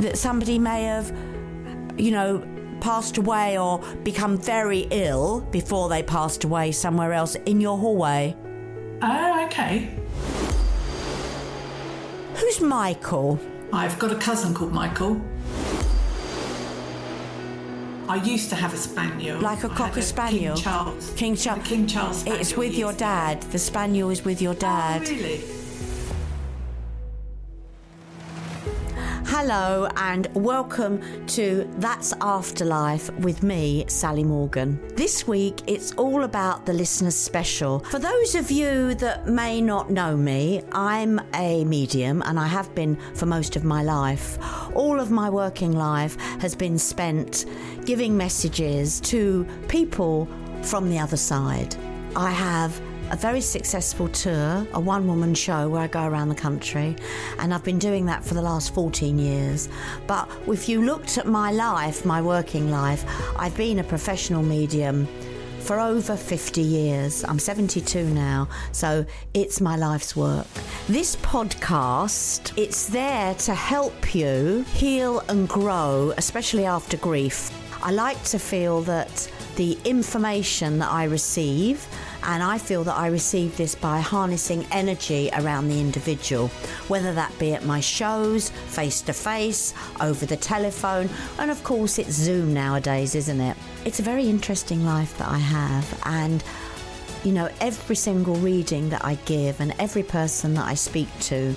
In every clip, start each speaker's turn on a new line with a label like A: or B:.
A: that somebody may have, you know, passed away or become very ill before they passed away somewhere else in your hallway.
B: Oh, okay.
A: Who's Michael?
B: I've got a cousin called Michael. I used to have a spaniel,
A: Like a
B: I had
A: cocker spaniel?
B: King Charles.
A: King Charles.
B: A King Charles. Spaniel
A: It's with your
B: years ago.
A: dad. The spaniel is with your
B: Oh,
A: dad.
B: really?
A: Hello and welcome to That's Afterlife with me, Sally Morgan. This week it's all about the listener's special. For those of you that may not know me, I'm a medium and I have been for most of my life. All of my working life has been spent giving messages to people from the other side. I have a very successful tour, a one woman show where I go around the country, and I've been doing that for the last 14 years. But if you looked at my life, my working life, I've been a professional medium for over 50 years. I'm 72 now, so it's my life's work. This podcast, it's there to help you heal and grow, especially after grief. I like to feel that the information that I receive, and I feel that I receive this by harnessing energy around the individual, whether that be at my shows, face to face, over the telephone, and of course it's Zoom nowadays, isn't it? It's a very interesting life that I have, and you know, every single reading that I give and every person that I speak to,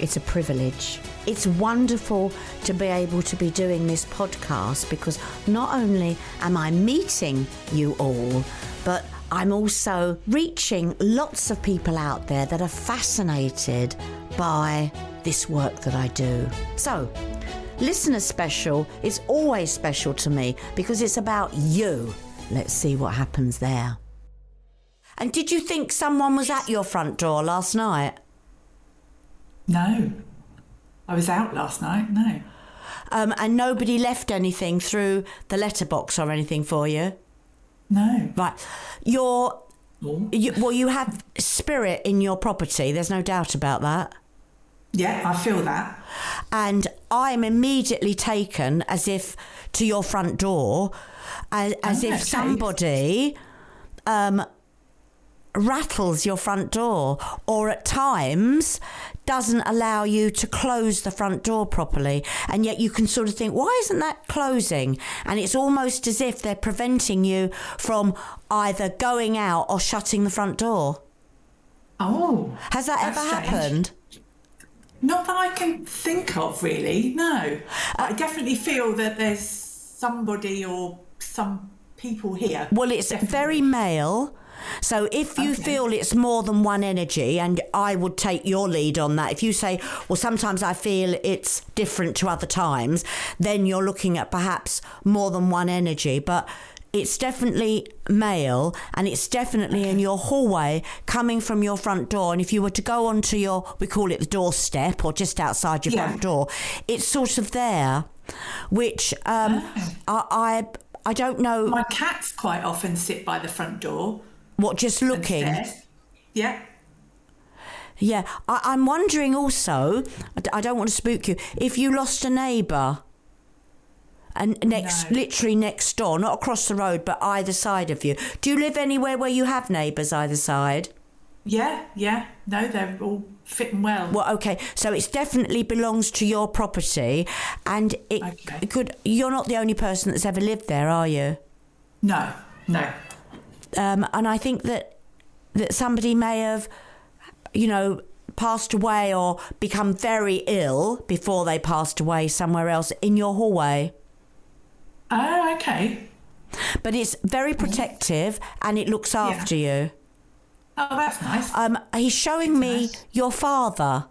A: it's a privilege. It's wonderful to be able to be doing this podcast because not only am I meeting you all, but I'm also reaching lots of people out there that are fascinated by this work that I do. So, listener special is always special to me because it's about you. Let's see what happens there. And did you think someone was at your front door last night?
B: No. I was out last night. No.
A: Um, and nobody left anything through the letterbox or anything for you?
B: No.
A: Right. Your,
B: Oh.
A: you, well, you have spirit in your property. There's no doubt about that.
B: Yeah, I feel that.
A: And I'm immediately taken as if to your front door, as, as
B: Oh,
A: if
B: okay.
A: somebody um, rattles your front door or at times doesn't allow you to close the front door properly. And yet you can sort of think, why isn't that closing? And it's almost as if they're preventing you from either going out or shutting the front door.
B: Oh.
A: Has that
B: That's
A: ever
B: strange.
A: happened?
B: Not that I can think of, really. No.
A: Uh,
B: I definitely feel that there's somebody or some people here.
A: Well, it's very male. So if you
B: Okay.
A: feel it's more than one energy, and I would take your lead on that. If you say, well, sometimes I feel it's different to other times, then you're looking at perhaps more than one energy. But it's definitely male and it's definitely in your hallway coming from your front door. And if you were to go onto your, we call it the doorstep or just outside your
B: Yeah.
A: front door, it's sort of there, which um, I, I, I don't know
B: My cats quite often sit by the front door.
A: what just
B: and
A: looking.
B: stare. Yeah.
A: Yeah, I, I'm wondering also. I d- I don't want to spook you. If you lost a neighbour, and next,
B: No.
A: literally next door, not across the road, but either side of you. Do you live anywhere where you have neighbours either side?
B: Yeah, yeah. No, they're all fit and well.
A: Well, okay, so it's definitely belongs to your property, and it,
B: Okay.
A: it could. You're not the only person that's ever lived there, are you?
B: No, no.
A: um, and I think that that somebody may have, you know, passed away or become very ill before they passed away somewhere else in your hallway.
B: Oh, okay.
A: But it's very protective and it looks after you.
B: Oh, that's nice.
A: Um, he's showing me
B: Nice.
A: your father.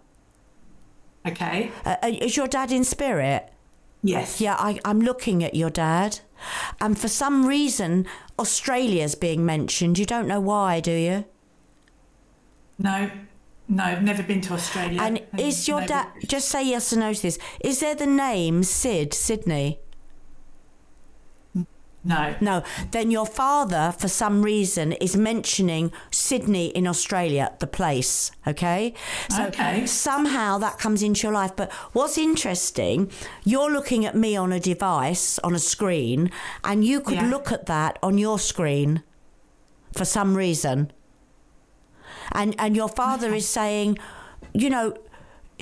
B: Okay.
A: Uh, uh, is your dad in spirit?
B: Yes.
A: Yeah, I, I'm looking at your dad. And for some reason, Australia's being mentioned. You don't know why, do you?
B: No, no. I've never been to Australia.
A: And is your
B: no,
A: dad just say yes or no to this? Is there the name Sid Sydney?
B: No.
A: No. Then your father, for some reason, is mentioning Sydney in Australia, the place. Okay. So
B: Okay.
A: somehow that comes into your life. But what's interesting, you're looking at me on a device, on a screen, and you could
B: Yeah.
A: look at that on your screen for some reason. And and your father is saying, you know,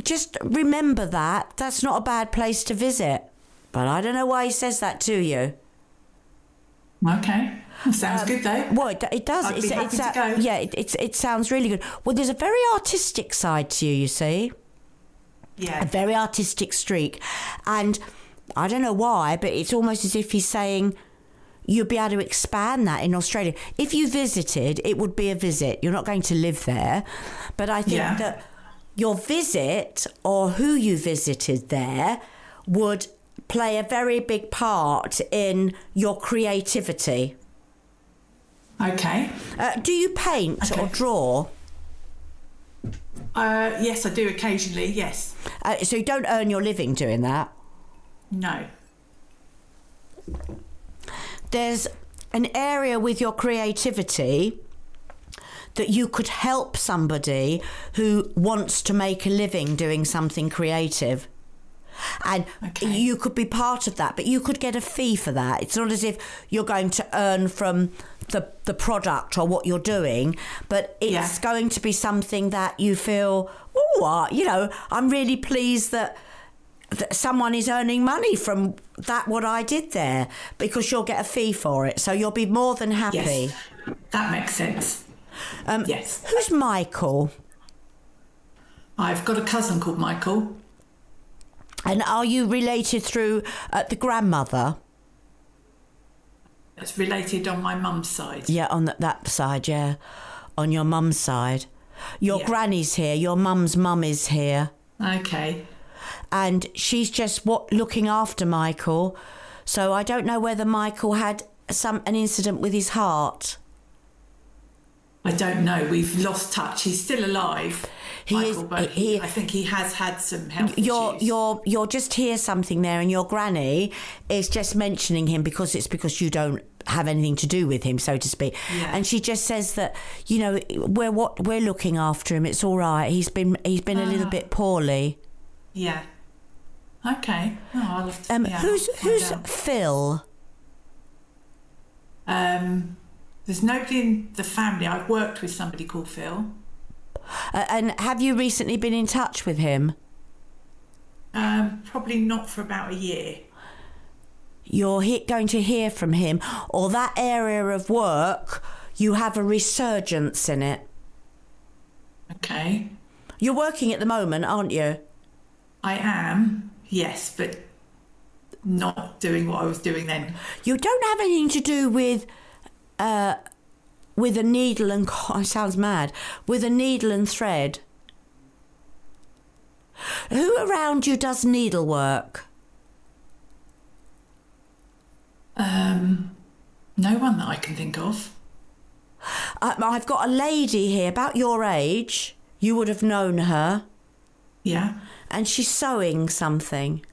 A: just remember that. That's not a bad place to visit. But I don't know why he says that to you.
B: Okay.
A: Um,
B: Sounds good though.
A: Well, it, it does.
B: I'd be
A: it's,
B: happy
A: it's
B: to
A: that-
B: go.
A: Yeah, it, it's, it sounds really good. Well, there's a very artistic side to you, you see, a
B: Yeah.
A: very artistic streak. And I don't know why, but it's almost as if he's saying you'll be able to expand that in Australia. If you visited, it would be a visit. You're not going to live there. But I think
B: Yeah.
A: that your visit or who you visited there would play a very big part in your creativity.
B: Okay.
A: Uh, do you paint
B: Okay.
A: or draw?
B: Uh, yes, I do occasionally. Yes.
A: Uh, so you don't earn your living doing that.
B: No.
A: There's an area with your creativity that you could help somebody who wants to make a living doing something creative. And
B: Okay.
A: you could be part of that, but you could get a fee for that. It's not as if you're going to earn from the the product or what you're doing, but it's
B: Yeah.
A: going to be something that you feel, oh, uh, you know, I'm really pleased that that someone is earning money from that what I did there because you'll get a fee for it. So you'll be more than happy.
B: Yes. That makes sense. Um, yes.
A: Who's Michael?
B: I've got a cousin called Michael.
A: And are you related through uh, the grandmother?
B: It's related on my mum's side.
A: Yeah, on that, that side, yeah. On your mum's side. Your
B: Yeah.
A: granny's here, your mum's mum is here,
B: Okay.
A: and she's just what looking after Michael. So I don't know whether Michael had some an incident with his heart.
B: I don't know. We've lost touch. He's still alive,
A: He
B: Michael,
A: is- uh,
B: but
A: he-
B: I think he has had some health
A: You're
B: issues.
A: you're you're just hear something there, and your granny is just mentioning him because it's because you don't have anything to do with him, so to speak.
B: Yeah.
A: And she just says that you know we're what we're looking after him. It's all right. He's been he's been a little
B: Ah.
A: bit poorly.
B: Yeah. Okay. Oh, I'll have to,
A: Um,
B: yeah,
A: who's
B: I'll find
A: who's
B: out.
A: Phil?
B: Um, there's nobody in the family. I've worked with somebody called Phil.
A: Uh, and have you recently been in touch with him?
B: Um, probably not for about a year.
A: You're he- going to hear from him, or that area of work, you have a resurgence in it.
B: Okay.
A: You're working at the moment, aren't you?
B: I am, yes, but not doing what I was doing then.
A: You don't have anything to do with, uh, with a needle and co- it sounds mad with a needle and thread. Who around you does needlework?
B: No one that I can think of.
A: Um, I've got a lady here about your age. You would have known her.
B: Yeah.
A: and she's sewing something.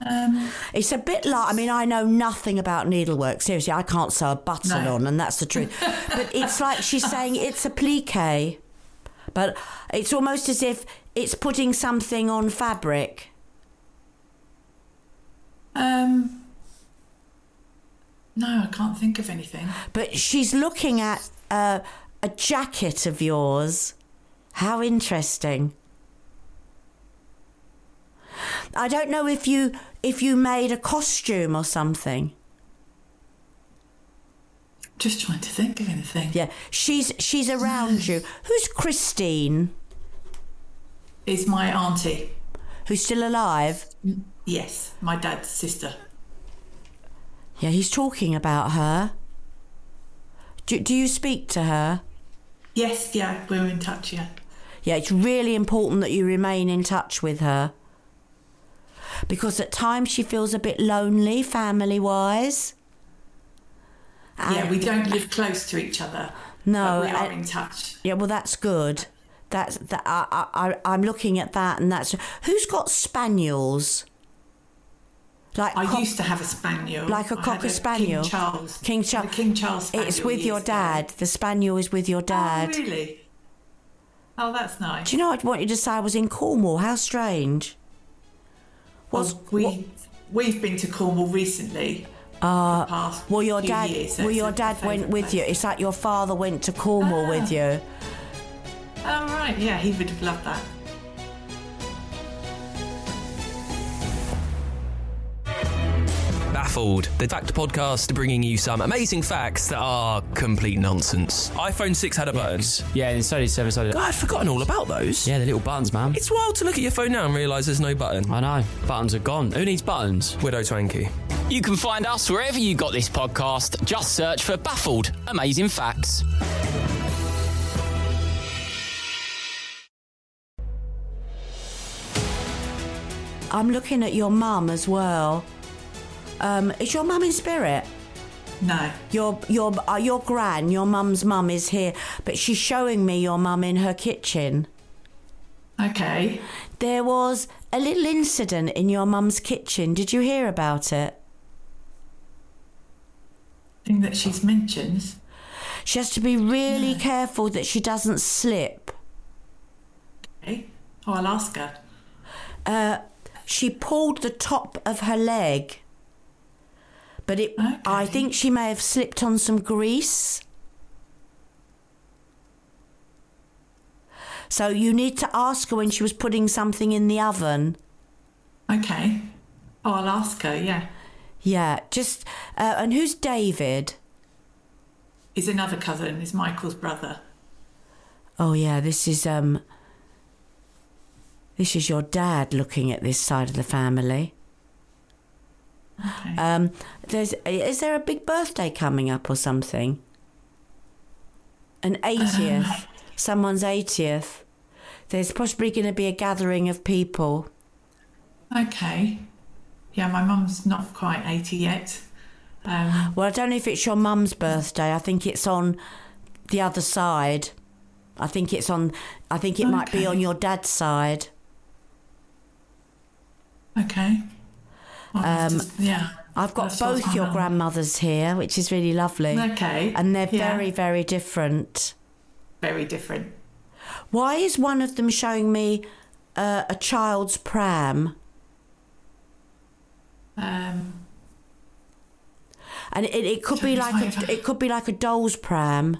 B: Um,
A: It's a bit like, I mean, I know nothing about needlework. Seriously, I can't sew a button
B: No.
A: on, and that's the truth. but it's like she's saying it's a plique, but it's almost as if it's putting something on fabric.
B: um, no, I can't think of anything.
A: But she's looking at uh, a jacket of yours. How interesting. I don't know if you if you made a costume or something.
B: Just trying to think of anything.
A: Yeah, she's she's around you. Who's Christine?
B: Is my auntie?
A: Who's still alive?
B: Yes, my dad's sister.
A: Yeah, he's talking about her. Do, do you speak to her?
B: Yes, yeah, we're in touch. Yeah.
A: Yeah, it's really important that you remain in touch with her. Because at times she feels a bit lonely, family wise.
B: yeah, we don't live close to each other.
A: No,
B: but we are
A: I-
B: in touch.
A: Yeah, well, that's good. That's that. I, I, I- I'm looking at that, and that's who's got spaniels. Like
B: I
A: cock-
B: used to have a spaniel,
A: Like a
B: I
A: cocker
B: had
A: spaniel.
B: King Charles,
A: King
B: I had
A: Charles.
B: a King Charles. Spaniel
A: It's with your
B: years ago.
A: dad. The spaniel is with your dad.
B: Oh, really? Oh, that's nice.
A: Do you know I'd wanted to say I was in Cornwall? How strange. Was
B: Well, we
A: what-
B: we've been to Cornwall recently. Uh,
A: well your dad well your dad went with you. It's like your father went to Cornwall
B: Ah.
A: with you.
B: Oh right, yeah, he would have loved that.
C: Baffled, the Fact Podcast, bringing you some amazing facts that are complete nonsense. iPhone 6 had a button.
D: Yeah, and so did seven, so did
C: God, I'd forgotten all about those.
D: Yeah, the little buttons, man.
C: It's wild to look at your phone now and realise there's no button.
D: I know. Buttons are gone. Who needs buttons?
C: Widow Twanky.
E: You can find us wherever you got this podcast. Just search for Baffled Amazing Facts.
A: I'm looking at your mum as well. Um, is your mum in spirit?
B: No,
A: Your your uh, your gran, your mum's mum is here, but she's showing me your mum in her kitchen.
B: okay.
A: There was a little incident in your mum's kitchen. Did you hear about it?
B: Thing that she's mentioned.
A: She has to be really careful that she doesn't slip.
B: Okay. Oh, I'll ask her.
A: She pulled the top of her leg. But it I
B: Okay.
A: think she may have slipped on some grease. So you need to ask her when she was putting something in the oven.
B: Okay. Oh, I'll ask her. Yeah,
A: Yeah, just uh, and who's David?
B: he's another cousin. He's Michael's brother.
A: Oh yeah, this is um this is your dad looking at this side of the family.
B: Okay.
A: Um there's is there a big birthday coming up or something? An 80th. Someone's 80th. There's possibly going to be a gathering of people.
B: Okay. Yeah, my mum's not quite eighty yet. Um,
A: Well, I don't know if it's your mum's birthday. I think it's on the other side. I think it's on I think it might be
B: Okay.
A: on your dad's side.
B: okay. Well, it's
A: Um,
B: just- yeah.
A: I've got
B: That's what's
A: both your
B: on.
A: grandmothers here, which is really lovely.
B: Okay.
A: And they're
B: Yeah.
A: very, very different.
B: very different.
A: Why is one of them showing me uh, a child's pram?
B: Um,
A: And it, it could be like a, it could be like a doll's pram.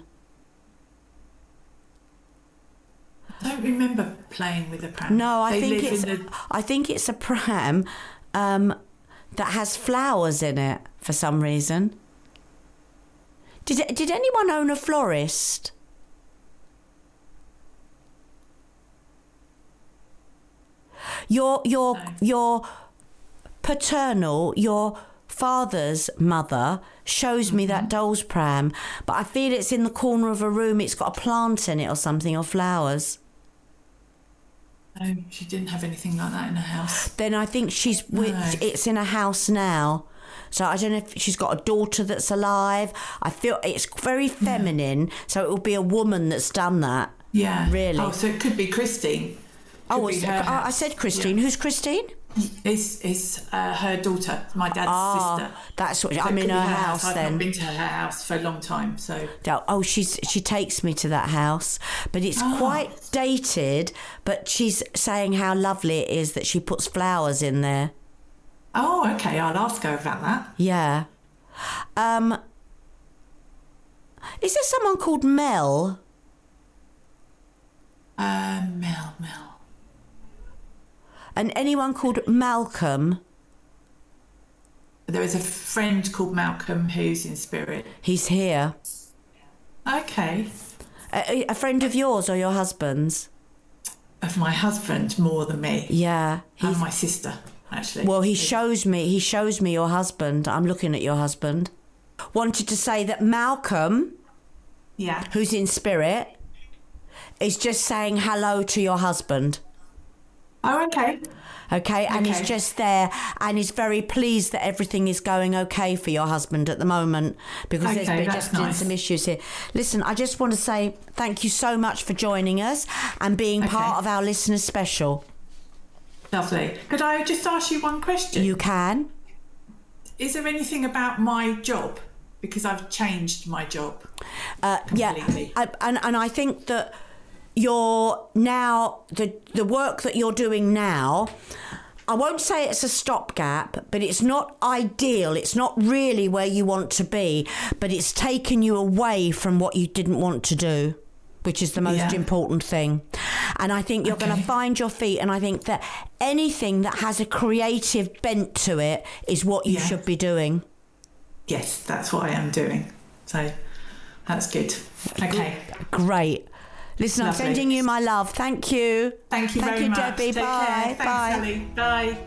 B: I don't remember playing with a pram.
A: No, I
B: They
A: think
B: live
A: it's
B: in the-
A: I think it's a pram um, that has flowers in it for some reason. Did did anyone own a florist? Your your
B: No.
A: your paternal your father's mother shows me
B: Mm-hmm.
A: that doll's pram, but I feel it's in the corner of a room. It's got a plant in it or something or flowers.
B: no, she didn't have anything like that in her house.
A: then I think she's with,
B: No.
A: it's in a house now. So I don't know if she's got a daughter that's alive. I feel it's very feminine, so it will be a woman that's done that.
B: Yeah.
A: Really?
B: Oh, so it could be Christine.
A: oh,
B: be
A: it's-
B: her
A: I, I
B: house.
A: said Christine. Who's Christine?
B: It's, it's uh, her daughter, my dad's
A: Ah,
B: sister.
A: that's what
B: So it
A: I'm in
B: could
A: her,
B: be
A: house,
B: I've
A: then.
B: not been to her house for a long time, so
A: Oh, Oh, she's she takes me to that house, but it's
B: Ah.
A: quite dated. But she's saying how lovely it is that she puts flowers in there.
B: oh, okay, I'll ask her about that.
A: Yeah. Um. Is there someone called Mel?
B: Um, Mel, Mel,
A: and anyone called Malcolm,
B: there is a friend called Malcolm who's in spirit.
A: he's here.
B: Okay,
A: A, a friend of yours or your husband's?
B: of my husband more than me
A: Yeah,
B: and
A: he's.
B: my sister actually.
A: Well, he shows me. He shows me your husband. I'm looking at your husband. Wanted to say that Malcolm,
B: yeah.
A: who's in spirit, is just saying hello to your husband.
B: Oh, okay.
A: Okay, and he's
B: Okay.
A: just there, and he's very pleased that everything is going okay for your husband at the moment because there's
B: Okay,
A: been
B: that's
A: just been
B: nice.
A: some issues here. Listen, I just want to say thank you so much for joining us and being
B: Okay.
A: part of our listener special.
B: Lovely. Could I just ask you one question?
A: You can.
B: Is there anything about my job? Because I've changed my job.
A: Uh, yeah,
B: Completely.
A: I, and and I think that you're now the the work that you're doing now. I won't say it's a stopgap, but it's not ideal. It's not really where you want to be, but it's taken you away from what you didn't want to do, which is the most
B: Yeah.
A: important thing. And I think you're going
B: Okay.
A: to find your feet. And I think that anything that has a creative bent to it is what you
B: Yeah.
A: should be doing.
B: Yes, that's what I am doing. So that's good. Okay.
A: Great. Listen, I'm
B: Lovely.
A: sending you my love. Thank you.
B: Thank you
A: Thank
B: very
A: you,
B: much.
A: Debbie.
B: Take
A: Bye.
B: Care. Thanks,
A: Bye.
B: Sally. Bye.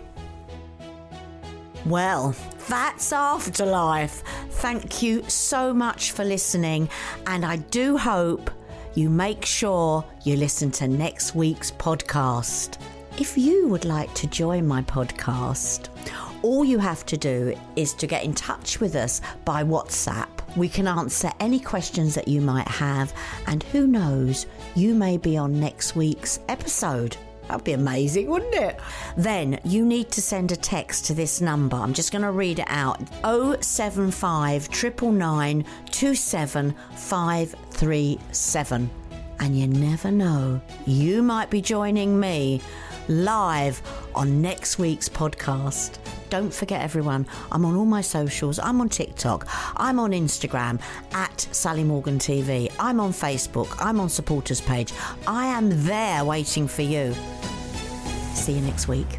A: Well, that's afterlife. Thank you so much for listening, and I do hope you make sure you listen to next week's podcast. If you would like to join my podcast, all you have to do is to get in touch with us by WhatsApp. We can answer any questions that you might have, and who knows, you may be on next week's episode. That'd be amazing, wouldn't it? Then you need to send a text to this number. I'm just going to read it out 075 999 27537. And you never know, you might be joining me live on next week's podcast. Don't forget, everyone, I'm on all my socials. I'm on TikTok. I'm on Instagram at Sally Morgan TV. I'm on Facebook. I'm on supporters page. I am there waiting for you. See you next week.